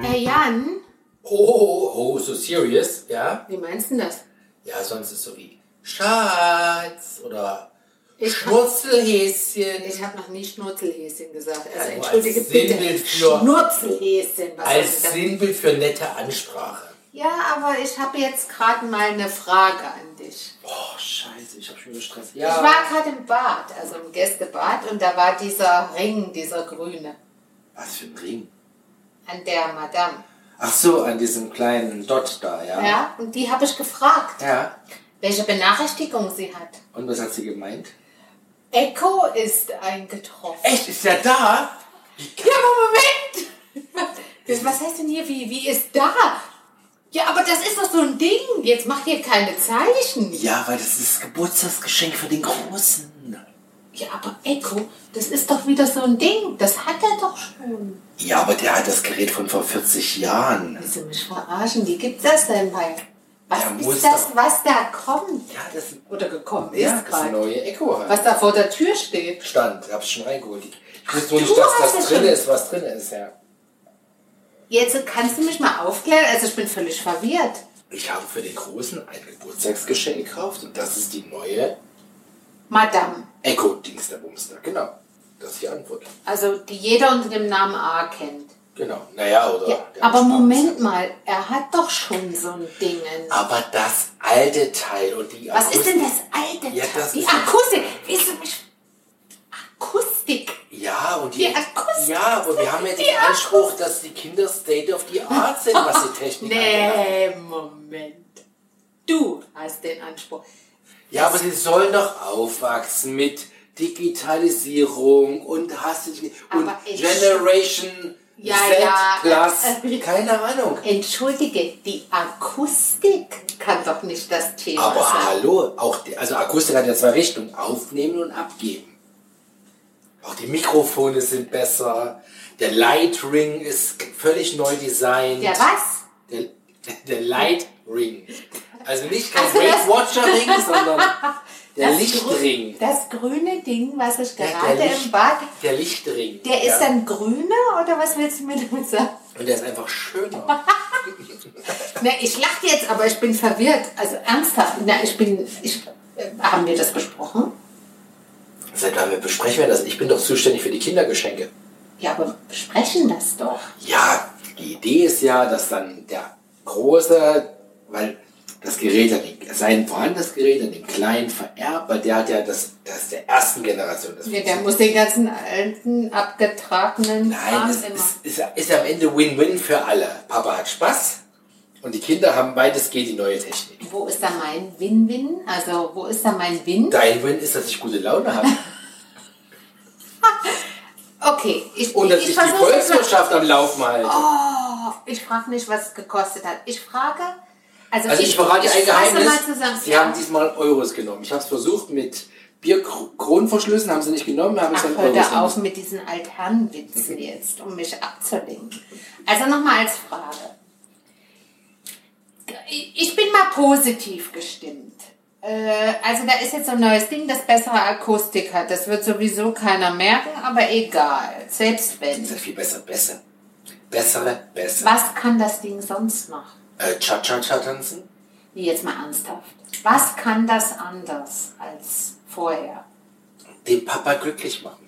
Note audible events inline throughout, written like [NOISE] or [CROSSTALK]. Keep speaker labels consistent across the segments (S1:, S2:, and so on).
S1: Mann?
S2: Oh, oh, oh, so serious, ja?
S1: Wie meinst du denn das?
S2: Ja, sonst ist so wie Schatz oder
S1: Ich hab-
S2: Schnurzelhäschen.
S1: Ich habe noch nie Schnurzelhäschen gesagt. Also
S2: Ja, nur
S1: entschuldige
S2: als
S1: bitte.
S2: Sinnbild für-
S1: Schnurzelhäschen. Was soll
S2: Als
S1: das?
S2: Sinnbild für nette Ansprache.
S1: Ja, aber ich habe jetzt gerade mal eine Frage an dich.
S2: Oh, scheiße, ich hab schon wieder Stress.
S1: Ich
S2: Ja.
S1: war gerade im Bad, also im Gästebad, und da war dieser Ring, dieser grüne,
S2: Was für ein Ring.
S1: an der Madame.
S2: Ach so, an diesem kleinen Dot da, ja?
S1: Ja, und die habe ich gefragt,
S2: Ja.
S1: welche Benachrichtigung sie hat.
S2: Und was hat sie gemeint?
S1: Echo ist eingetroffen.
S2: Echt, ist der da?
S1: Ja, aber Moment! Das, was heißt denn hier, wie, wie ist da? Ja, aber das ist doch so ein Ding. Jetzt mach hier keine Zeichen.
S2: Ja, weil das ist das Geburtstagsgeschenk für den Großen.
S1: Ja, aber Echo, das ist doch wieder so ein Ding. Das hat er doch schon.
S2: Ja, aber der hat das Gerät von vor 40 Jahren.
S1: Willst du mich verarschen? Wie gibt's das denn bei? Was
S2: Ja, muss
S1: ist das,
S2: doch.
S1: was da kommt?
S2: Ja, das ist
S1: Oder gekommen
S2: ja,
S1: ist
S2: das
S1: gerade.
S2: neue Echo halt.
S1: Was da vor der Tür steht.
S2: Stand, hab's schon reingeholt. Ich wusste nur
S1: du
S2: nicht, dass
S1: hast
S2: das
S1: es
S2: drin
S1: schon.
S2: ist, was drin ist, ja.
S1: Jetzt kannst du mich mal aufklären. Also ich bin völlig verwirrt.
S2: Ich habe für den Großen ein Geburtstagsgeschenk gekauft und das ist die neue
S1: Madame.
S2: Echo-Dings der Bumster. Genau. Das ist die Antwort.
S1: Also die jeder unter dem Namen A kennt.
S2: Genau. Naja, oder?
S1: Ja,
S2: der
S1: aber
S2: Spaß.
S1: Moment mal, er hat doch schon so ein Ding.
S2: Aber das alte Teil und die
S1: Was ist
S2: Akustik-
S1: denn das alte?
S2: Ja, das
S1: die
S2: ist-
S1: Akustik. Weißt du, ich- Akustik.
S2: Ja, und die,
S1: Die Akustik.
S2: Ja, aber wir haben jetzt
S1: Die
S2: den Anspruch, dass die Kinder State of the Art sind, was die Technik angeht.
S1: Nee, Moment. Du hast den Anspruch.
S2: Ja, aber sie sollen doch aufwachsen mit Digitalisierung und hast du die- und
S1: Aber ich-
S2: Generation
S1: Ja,
S2: Z
S1: ja. [LAUGHS] Äh,
S2: Plus. Keine Ahnung.
S1: Entschuldige, die Akustik kann doch nicht das Thema
S2: Aber halt.
S1: sein.
S2: hallo, auch die, also Akustik hat ja zwei Richtungen, aufnehmen und abgeben. Auch die Mikrofone sind besser. Der Light Ring ist völlig neu designt.
S1: Der was?
S2: Der, der Light Ring. Also nicht kein
S1: Also das-
S2: Weight Watcher
S1: [LAUGHS]
S2: Ring, sondern der
S1: Das
S2: Lichtring.
S1: grü- Das grüne Ding, was ich
S2: Der- der
S1: gerade
S2: Licht-
S1: im Bad...
S2: Der Lichtring.
S1: Der
S2: ja.
S1: ist dann grüner oder was willst du mir damit sagen?
S2: Und der ist einfach schöner.
S1: Na, ich lache jetzt, aber ich bin verwirrt. Also ernsthaft. Na, ich bin. Ich, äh, haben wir das besprochen?
S2: Seit wann besprechen wir das? Ich bin doch zuständig für die Kindergeschenke.
S1: Ja, aber besprechen das doch.
S2: Ja, die Idee ist ja, dass dann der Große, weil das Gerät an den, sein vorhandenes Gerät an den Kleinen vererbt, weil der hat ja das, das ist der ersten Generation. Das
S1: Ja, der muss den ganzen alten, abgetragenen
S2: Nein,
S1: Kram
S2: es
S1: immer.
S2: ist, ist, ist am Ende Win-Win für alle. Papa hat Spaß und die Kinder haben weitestgehend die neue Technik.
S1: Wo ist da mein Win-Win? Also, wo ist da mein Win?
S2: Dein Win ist, dass ich gute
S1: [LAUGHS]
S2: Laune habe
S1: Okay, ich,
S2: und dass
S1: ich, ich
S2: ich, die
S1: versuche es. mal.
S2: Volkswirtschaft am Laufen halte.
S1: Ich frage nicht, was es gekostet hat. Ich frage. Also,
S2: Also ich, verrate ein
S1: fasse
S2: Geheimnis.
S1: Mal zusammen.
S2: Sie haben diesmal Euros genommen. Ich habe es versucht mit Bierkronenverschlüssen, haben sie nicht genommen, habe ich
S1: Ach,
S2: dann
S1: hör
S2: Euros
S1: da auf
S2: genommen.
S1: mit diesen Altherrenwitzen jetzt, um mich abzulenken. Also nochmal als Frage. Ich bin mal positiv gestimmt. Äh, Also da ist jetzt so ein neues Ding, das bessere Akustik hat. Das wird sowieso keiner merken, aber egal. Selbst
S2: Das
S1: wenn.
S2: ist viel besser, besser. Bessere, besser.
S1: Was kann das Ding sonst machen?
S2: Äh, Cha-Cha-Cha tanzen?
S1: Nee, jetzt mal ernsthaft. Was kann das anders als vorher?
S2: Den Papa glücklich machen.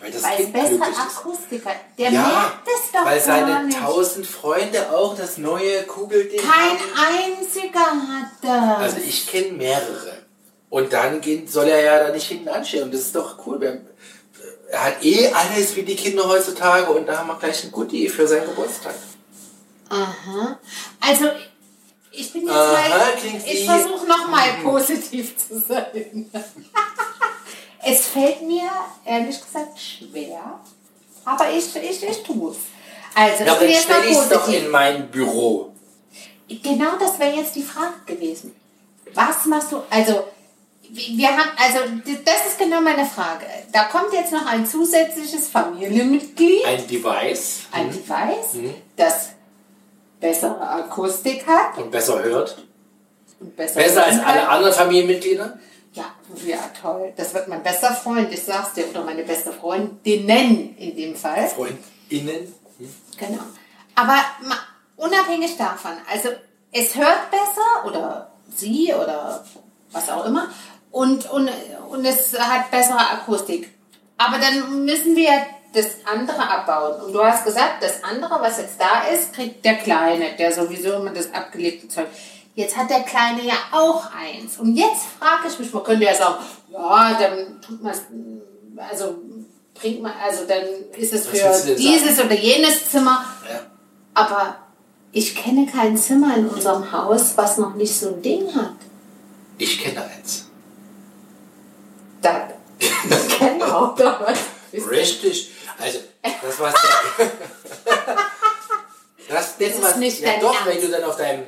S2: Weil das
S1: Weil es
S2: Kind
S1: bessere
S2: glücklich ist.
S1: Akustiker, der
S2: Ja,
S1: merkt es doch
S2: weil
S1: gar
S2: seine
S1: nicht.
S2: tausend Freunde auch das neue Kugelding
S1: Kein
S2: haben.
S1: einziger hat das.
S2: Also ich kenne mehrere. Und dann geht, soll er ja da nicht hinten anstehen. Und das ist doch cool. Wir- Er hat eh alles wie die Kinder heutzutage und da haben wir gleich ein Goodie für seinen Geburtstag.
S1: Aha. Also ich bin jetzt
S2: Aha,
S1: mal.
S2: klingt
S1: Ich
S2: wie-
S1: versuche nochmal positiv zu sein. [LAUGHS] es fällt mir ehrlich gesagt schwer, aber ich, ich, ich tue es. Also, ich
S2: Ja, aber
S1: bin
S2: dann
S1: jetzt mal
S2: stelle ich es doch in
S1: positiv.
S2: mein Büro.
S1: Genau das wäre jetzt die Frage gewesen. Was machst du? Also, wir haben, also, das ist genau meine Frage. Da kommt jetzt noch ein zusätzliches Familienmitglied.
S2: Ein Device
S1: ein Device,
S2: Hm.
S1: das bessere Akustik hat
S2: und besser hört.
S1: und besser
S2: Besser als
S1: hören
S2: alle
S1: kann.
S2: anderen Familienmitglieder.
S1: Ja, oh ja, toll. Das wird mein bester Freund, ich sag's dir, oder meine beste Freundinnen in dem Fall.
S2: Freundinnen.
S1: Genau. Aber ma- unabhängig davon, also es hört besser oder sie oder was auch immer und, und, und es hat bessere Akustik. Aber dann müssen wir das andere abbauen. Und du hast gesagt, das andere, was jetzt da ist, kriegt der Kleine, der sowieso immer das abgelegte Zeug. Jetzt hat der Kleine ja auch eins. Und jetzt frage ich mich, man könnte ja sagen, ja, dann tut man es, also bringt man, also dann ist es
S2: Was willst
S1: für
S2: du denn
S1: dieses oder jenes Zimmer.
S2: Ja.
S1: Aber ich kenne kein Zimmer in unserem Haus, was noch nicht so ein Ding hat.
S2: Ich kenne eins.
S1: Da, [LAUGHS] ich kenne auch da was.
S2: Richtig. Also,
S1: [LAUGHS]
S2: das war's. das, das,
S1: ist
S2: war's.
S1: nicht
S2: ja,
S1: dein
S2: doch,
S1: Ernst.
S2: wenn du dann auf deinem,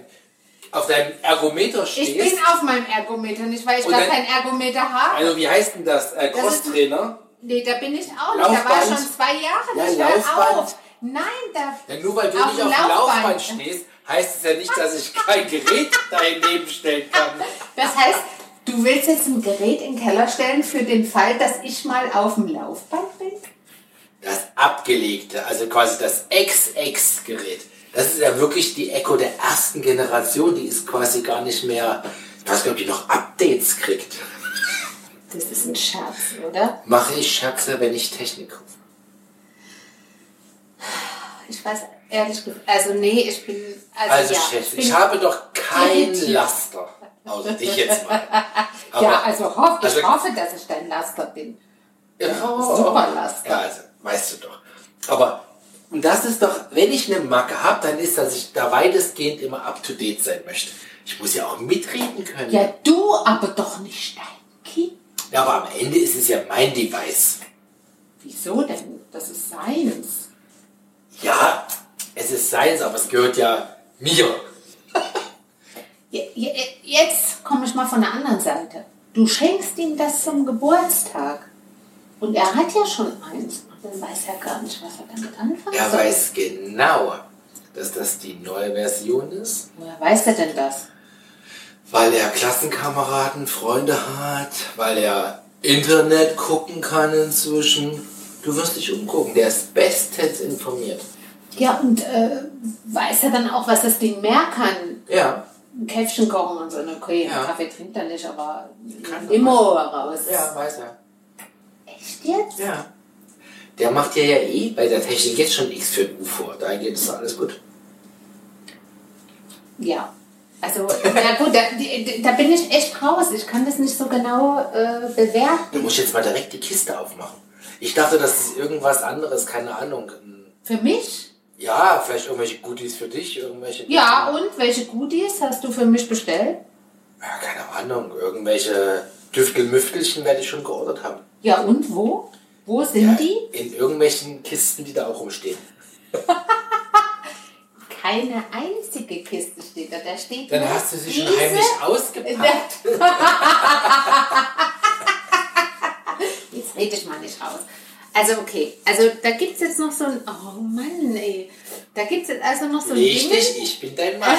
S2: auf deinem Ergometer stehst.
S1: Ich bin auf meinem Ergometer nicht, weil ich
S2: Und
S1: gar
S2: dann-
S1: kein Ergometer habe.
S2: also, wie heißt denn das? Äh,
S1: ist-
S2: Crosstrainer?
S1: nee, da bin ich auch nicht. Da war
S2: Laufband.
S1: ich schon zwei Jahre
S2: Ja,
S1: nicht. Hör
S2: Laufband.
S1: auf. Nein, da.
S2: Ja, nur weil du
S1: Auf
S2: nicht
S1: dem
S2: auf dem
S1: Laufband.
S2: Laufband stehst, heißt es ja nicht, dass ich kein Gerät [LAUGHS] daneben stellen kann.
S1: Das heißt, du willst jetzt ein Gerät in den Keller stellen für den Fall, dass ich mal auf dem Laufband bin?
S2: Das abgelegte, also quasi das XX-Gerät. Das ist ja wirklich die Echo der ersten Generation, die ist quasi gar nicht mehr. Ich weiß gar nicht, ob die noch Updates kriegt.
S1: Das ist ein Scherz, oder?
S2: Mache ich Scherze, wenn ich Technik kaufe.
S1: Ich weiß ehrlich gesagt. Also, nee, ich bin. Also,
S2: Also
S1: ja,
S2: Chef,
S1: ich
S2: ich,
S1: bin
S2: habe doch kein
S1: definitiv.
S2: Laster. Außer dich jetzt mal.
S1: [LAUGHS] ja, also, hoff, ich
S2: also-
S1: hoffe, dass ich dein Laster bin.
S2: Ja,
S1: Super Laster.
S2: Ja, also, weißt du doch. Aber und das ist doch, wenn ich eine Macke habe, dann ist, dass ich da weitestgehend immer up-to-date sein möchte. Ich muss ja auch mitreden können.
S1: Ja, du aber doch nicht dein Kind.
S2: Ja, aber am Ende ist es ja mein Device.
S1: Wieso denn? Das ist seins.
S2: Ja, es ist seins, aber es gehört ja mir.
S1: Je- je- Jetzt komme ich mal von der anderen Seite. Du schenkst ihm das zum Geburtstag. Und er hat ja schon eins. Und dann weiß er gar nicht, was er damit anfangen
S2: Er
S1: soll.
S2: weiß genau, dass das die neue Version ist.
S1: Woher weiß er denn das?
S2: Weil er Klassenkameraden, Freunde hat, weil er Internet gucken kann inzwischen. Du wirst dich umgucken, der ist bestens informiert.
S1: Ja, und äh, weiß er dann auch, was das Ding mehr kann?
S2: Ja.
S1: Ein Käffchen kochen und so. Na, Okay,
S2: Ja.
S1: Kaffee trinkt er nicht, aber
S2: Kann
S1: Limo raus.
S2: Ja, weiß er.
S1: Echt jetzt?
S2: Ja. Der macht ja ja eh bei der Technik jetzt schon X für ein U vor. Da geht es alles gut.
S1: Ja. Also, na gut, da, da bin ich echt raus. Ich kann das nicht so genau äh, bewerten.
S2: Du musst jetzt mal direkt die Kiste aufmachen. Ich dachte, das ist irgendwas anderes, keine Ahnung.
S1: Für mich?
S2: Ja, vielleicht irgendwelche Goodies für dich, irgendwelche.
S1: Ja, und welche Goodies hast du für mich bestellt?
S2: ja keine Ahnung. Irgendwelche Düftelmüftelchen werde ich schon geordert haben.
S1: Ja, und wo? Wo sind die?
S2: In irgendwelchen Kisten, die da auch rumstehen.
S1: Keine einzige Kiste steht da. Da steht
S2: Dann
S1: nur
S2: hast du sie schon
S1: diese-
S2: heimlich ausgepackt.
S1: Jetzt rede ich mal nicht raus. Also okay, also da gibt es jetzt noch so ein... Oh Mann, ey. Da gibt es jetzt also noch so ein
S2: Richtig,
S1: Ding.
S2: ich bin dein Mann.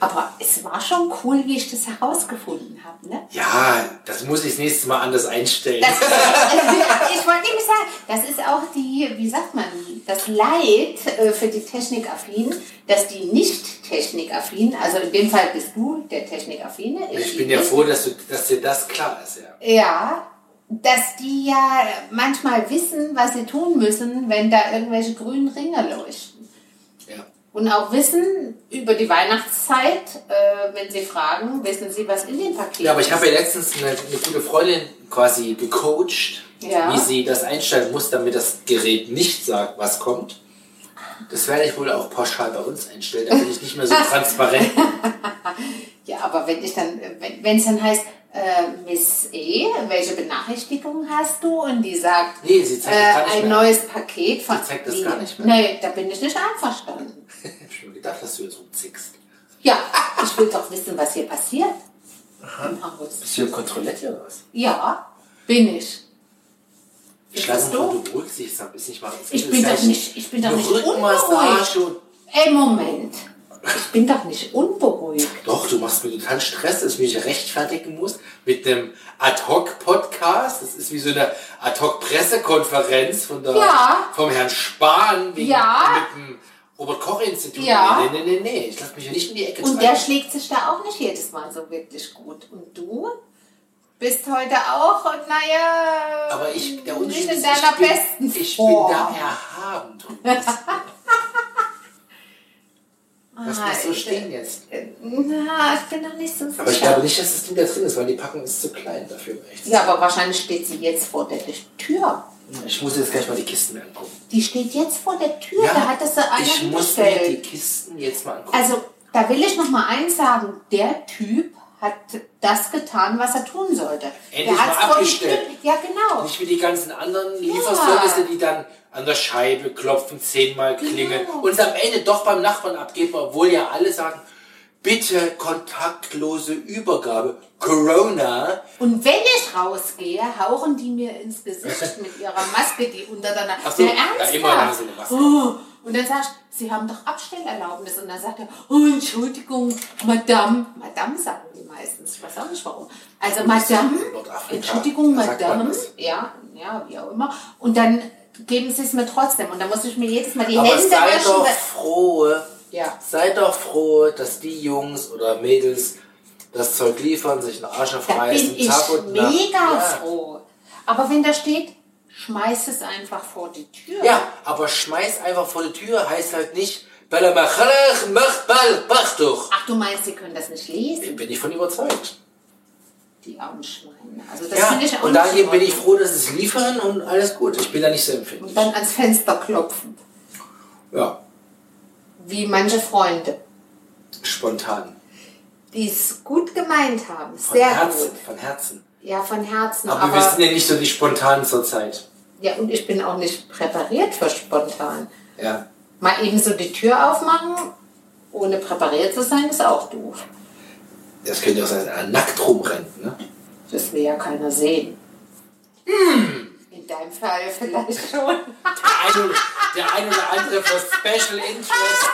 S1: Aber es war schon cool, wie ich das herausgefunden habe,
S2: [LAUGHS]
S1: ne?
S2: Ja, das muss ich das nächste Mal anders einstellen.
S1: Das, ich wollte nämlich sagen, das ist auch die, wie sagt man, das Leid äh, für die Technikaffinen, dass die nicht Technikaffinen, also in dem Fall bist du der Technikaffine.
S2: ich
S1: die
S2: bin ja
S1: nicht.
S2: froh, dass, du, dass dir das klar ist. Ja.
S1: Ja, dass die ja manchmal wissen, was sie tun müssen, wenn da irgendwelche grünen Ringe leuchten.
S2: Ja.
S1: Und auch wissen über die Weihnachtszeit, äh, wenn sie fragen, wissen sie, was in dem Paket
S2: ja, aber ich habe
S1: ist.
S2: ja letztens eine, eine gute Freundin quasi gecoacht,
S1: Ja.
S2: wie sie das einstellen muss, damit das Gerät nicht sagt, was kommt. Das werde ich wohl auch pauschal bei uns einstellen, da bin ich nicht
S1: [LAUGHS]
S2: mehr so transparent.
S1: Ja, aber wenn ich dann, wenn es dann heißt, äh, Miss E, welche Benachrichtigung hast du? Und die sagt,
S2: Nee, sie zeigt
S1: äh,
S2: das gar nicht
S1: ein
S2: mehr.
S1: neues Paket von.
S2: Die zeigt das
S1: Nee,
S2: gar nicht mehr.
S1: Nee, da bin ich nicht einverstanden.
S2: Ich habe schon gedacht, dass du jetzt rumzickst.
S1: Ja, ich will doch wissen, was hier passiert. Im Haus.
S2: Bist du ein Kontrolletti oder was?
S1: Ja, bin ich.
S2: Ich
S1: Ist
S2: lasse
S1: das
S2: mal,
S1: doof?
S2: du beruhigst dich, sag, ist nicht mal.
S1: Ich bin doch nicht, ich bin doch nicht unberuhigt.
S2: unruhig.
S1: Ey, Moment. Ich bin doch nicht unberuhigt.
S2: Doch, du machst mir total Stress, dass ich mich rechtfertigen muss mit einem Ad-Hoc-Podcast. Spaß. Das ist wie so eine Ad-Hoc-Pressekonferenz von der,
S1: Ja.
S2: vom Herrn Spahn wegen,
S1: Ja.
S2: mit dem Robert-Koch-Institut.
S1: Ja.
S2: Nee, nee, nee, nee. Ich lasse mich ja nicht in die Ecke
S1: Und
S2: treiben.
S1: der schlägt sich da auch nicht jedes Mal so wirklich gut. Und du bist heute auch, und naja,
S2: Aber ich, der
S1: nicht in
S2: Unterschied ist,
S1: deiner
S2: ich bin,
S1: besten
S2: ich bin
S1: Form.
S2: da
S1: [LAUGHS]
S2: erhaben drüber. Lass
S1: Ah,
S2: mich so
S1: ich-
S2: stehen jetzt.
S1: Na, ich bin noch nicht so sicher.
S2: Aber ich glaube nicht, dass das Ding da drin ist, weil die Packung ist zu klein dafür. um ehrlich zu
S1: ja, aber wahrscheinlich steht sie jetzt vor der Tür.
S2: sein. Ich muss jetzt gleich mal die Kisten mir angucken.
S1: Die steht jetzt vor der Tür, da hat das so einer
S2: ich muss mir die
S1: hingestellt.
S2: Kisten jetzt mal angucken.
S1: Also, da will ich noch mal eins sagen. Der Typ hat das getan, was er tun sollte.
S2: Endlich
S1: Der hat's
S2: mal
S1: vor die
S2: abgestellt.
S1: Tür- Ja, genau.
S2: nicht wie die ganzen anderen Lieferservice, die dann an der Scheibe klopfen, zehnmal klingeln
S1: Genau.
S2: und es am Ende doch beim Nachbarn abgeben, obwohl ja alle sagen, bitte kontaktlose Übergabe, Corona.
S1: Und wenn ich rausgehe, hauchen die mir ins
S2: [LAUGHS]
S1: Gesicht mit ihrer Maske, die unter der
S2: Ach
S1: Nase.
S2: so,
S1: Na,
S2: ja,
S1: ernsthaft?
S2: immer haben sie eine Maske.
S1: Oh, und dann sagst du, sie haben doch Abstellerlaubnis. Und dann sagt er, oh, Entschuldigung, Madame. Madame sagen die meistens, ich weiß auch nicht warum. Also Madame,
S2: in Nordafrika,
S1: Entschuldigung,
S2: da sagt man
S1: Madame.
S2: das.
S1: Ja, ja, wie auch immer. Und dann geben sie es mir trotzdem. Und dann muss ich mir jedes Mal die
S2: Aber
S1: Hände
S2: sei
S1: waschen.
S2: doch
S1: weil-
S2: froh,
S1: Ja.
S2: sei doch froh, dass die Jungs oder Mädels das Zeug liefern, sich einen Arsch
S1: Da
S2: aufreißen,
S1: bin ich
S2: Tag und Nacht.
S1: mega
S2: Ja.
S1: froh. Aber wenn da steht, schmeiß es einfach vor die Tür.
S2: Ja, aber schmeiß einfach vor die Tür heißt halt nicht, Balamachalach, mach bal, mach doch.
S1: Ach, du meinst, sie können das nicht lesen,
S2: Bin ich von überzeugt.
S1: die Augenschweine. Also das
S2: ja,
S1: finde ich auch
S2: und
S1: nicht
S2: daher
S1: in
S2: bin ich
S1: Ordnung.
S2: froh, dass sie es liefern und alles gut. Ich bin da nicht so
S1: Und
S2: empfindlich.
S1: dann ans Fenster klopfen,
S2: Ja,
S1: wie manche Freunde,
S2: spontan.
S1: die es gut gemeint haben.
S2: Von
S1: Sehr
S2: Herzen,
S1: gut.
S2: von Herzen.
S1: Ja, von Herzen.
S2: Aber,
S1: Aber,
S2: wir sind ja nicht so die Spontanen zurzeit.
S1: ja, und ich bin auch nicht präpariert für spontan.
S2: Ja.
S1: Mal eben so die Tür aufmachen, ohne präpariert zu sein, ist auch doof.
S2: Das könnte auch sein, äh, nackt rumrennt, ne?
S1: Das will ja keiner sehen.
S2: Hm.
S1: In deinem Fall vielleicht schon.
S2: Der ein, der ein oder andere for Special Interest.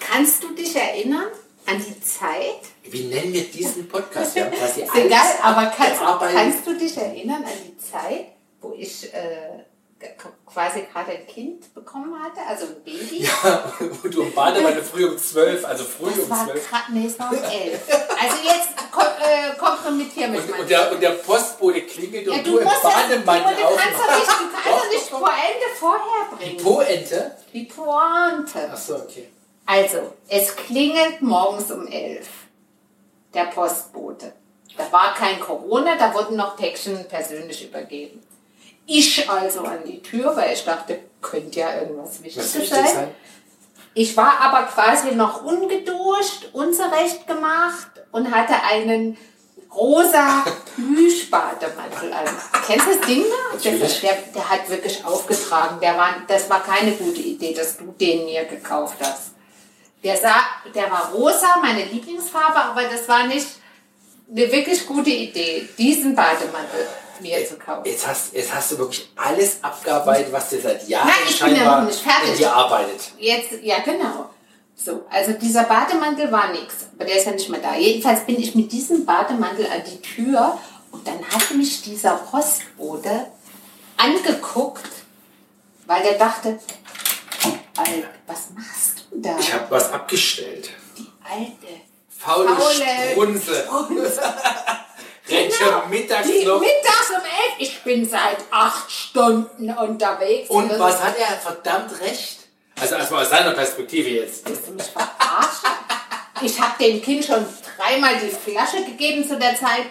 S1: Kannst du dich erinnern an die Zeit?
S2: Wie nennen wir diesen Podcast? Wir haben quasi
S1: Ist egal,
S2: alles [LAUGHS]
S1: aber kannst,
S2: abgearbeitet.
S1: kannst du dich erinnern an die Zeit, wo ich äh, g- quasi gerade ein Kind bekommen hatte, also ein Baby?
S2: Und du im Badewanne früh um 12, also früh
S1: Das
S2: um
S1: war
S2: 12.
S1: grad, nee, es war um elf. Also jetzt kom äh, kompromittier mich
S2: Und,
S1: mal.
S2: und, der, und der Postbote klingelt
S1: ja,
S2: und
S1: du
S2: du im
S1: musst das, du, du
S2: Bademantel
S1: kannst doch
S2: auf.
S1: nicht, du kannst doch nicht vor Ende vorher
S2: Die
S1: bringen.
S2: Po-Ente?
S1: Die Pointe.
S2: Achso, okay.
S1: Also, es klingelt morgens um elf. Der Postbote. Da war kein Corona, da wurden noch Päckchen persönlich übergeben. Ich also an die Tür, weil ich dachte, könnte ja irgendwas Wichtiges
S2: Was
S1: sein.
S2: wichtig sein?
S1: Ich war aber quasi noch ungeduscht, unzurecht gemacht und hatte einen rosa Plüschbademantel an. Kennst du das Ding noch? Das,
S2: Natürlich.
S1: der, der hat wirklich aufgetragen. Der war, das war keine gute Idee, dass du den mir gekauft hast. Der, sah, der war rosa, meine Lieblingsfarbe, aber das war nicht eine wirklich gute Idee, diesen Bademantel mir zu kaufen.
S2: Jetzt hast, jetzt hast du wirklich alles abgearbeitet, was dir seit Jahren
S1: Nein, ich bin ja
S2: scheinbar
S1: noch nicht fertig.
S2: in dir arbeitet.
S1: Jetzt, ja genau. So, also dieser Bademantel war nichts, aber der ist ja nicht mehr da. Jedenfalls bin ich mit diesem Bademantel an die Tür und dann hat mich dieser Postbote angeguckt, weil der dachte, "Oh, Alter, was machst du da?
S2: Ich habe was abgestellt.
S1: Die alte.
S2: Faule,
S1: Faule
S2: Strunze. [LAUGHS] Rennt schon mittags
S1: Genau. Die
S2: noch.
S1: mittags um elf. Ich bin seit acht Stunden unterwegs. Also,
S2: Und
S1: das
S2: was hat er verdammt recht? Also erstmal aus seiner Perspektive jetzt.
S1: Willst du mich verarschen? Ich habe dem Kind schon dreimal die Flasche gegeben zu der Zeit.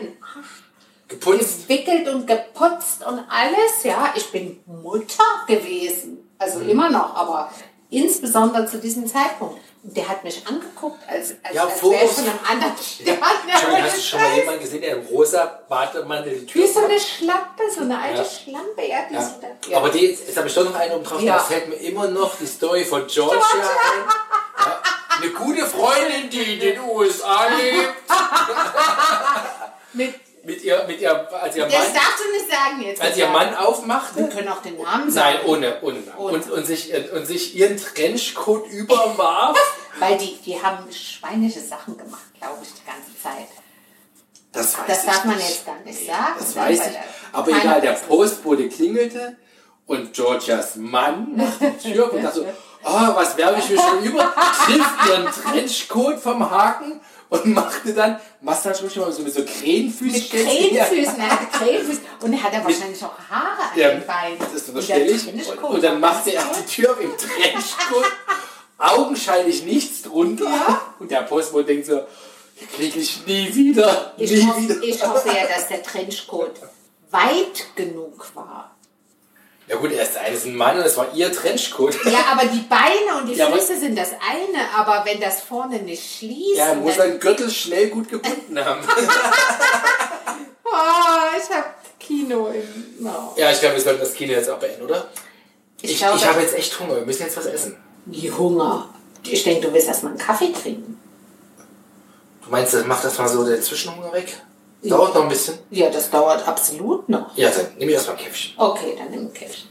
S2: Gepunzt.
S1: Wickelt und geputzt und alles. Ja, ich bin Mutter gewesen. Also
S2: Mhm.
S1: immer noch, aber insbesondere zu diesem Zeitpunkt. Und der hat mich angeguckt, als, als,
S2: Ja,
S1: als wäre ich
S2: Vorwurf.
S1: von einem anderen Stern.
S2: Entschuldigung, hast du schon mal jemanden gesehen, der im rosa Bademantel die Tür
S1: Wie so
S2: aufmacht?
S1: eine Schlampe, so eine alte
S2: Ja.
S1: Schlampe. Ja, die
S2: Ja.
S1: so da-
S2: Aber die, jetzt habe ich doch noch einen oben drauf.
S1: Ja.
S2: Da fällt mir immer noch die Story von Georgia
S1: Georgia.
S2: ein. Ja. Eine gute Freundin, die in den USA lebt.
S1: Mit,
S2: Mit ihr, mit ihr, als ihr
S1: das
S2: Mann,
S1: darfst du nicht sagen jetzt.
S2: als ihr Mann aufmacht.
S1: Wir können auch den Namen sagen.
S2: Nein, ohne, ohne. Namen.
S1: Ohne.
S2: Und, und, sich, und sich ihren Trenchcoat überwarf.
S1: Weil die, die haben schweinische Sachen gemacht, glaube ich, die ganze Zeit.
S2: Das weiß
S1: Das
S2: ich
S1: darf man
S2: nicht.
S1: jetzt gar nicht sagen.
S2: Das
S1: ne?
S2: weiß
S1: Weil
S2: ich.
S1: da-
S2: Aber
S1: keiner
S2: egal, der
S1: weiß es.
S2: Postbote klingelte und Georgias Mann machte die Tür auf und dachte so, oh, was werbe ich mir schon über? Schrift ihren Trenchcoat vom Haken und machte dann, was dann schon mal so mit so Krähenfüßen.
S1: Mit Krähenfüßen, er hatte Krähenfüßen. Und er hat ja wahrscheinlich auch Haare an
S2: Ja,
S1: den Beinen.
S2: das
S1: Und der
S2: unterstelle ich. Und,
S1: Trenchcoat
S2: und dann
S1: war
S2: machte er die Tür auf im Trenchcoat, augenscheinlich nichts drunter. Und der Postbote denkt so, kriege ich nie wieder, nie
S1: Ich hoffe,
S2: wieder.
S1: ich hoffe ja, dass der Trenchcoat weit genug war.
S2: Ja gut, er ist alles ein Mann und es war ihr Trenchcoat.
S1: Ja, aber die Beine und die
S2: Ja, aber-
S1: Füße sind das eine, aber wenn das vorne nicht schließt,
S2: Ja, er muss
S1: dann,
S2: seinen Gürtel schnell gut gebunden haben.
S1: oh, ich habe Kino im Mauer.
S2: [LAUGHS] ja, ich glaube, wir sollten das Kino jetzt auch beenden, oder? Ich, ich,
S1: glaube-
S2: habe jetzt echt Hunger, wir müssen jetzt was essen.
S1: Die Hunger. Ich denke, du willst erstmal einen Kaffee trinken.
S2: Du meinst, das macht das mal so den Zwischenhunger weg? Dauert noch ein bisschen.
S1: Ja, das dauert absolut noch.
S2: Ja, dann nehme ich erstmal ein Käffchen.
S1: Okay, dann nimm einen Käffchen.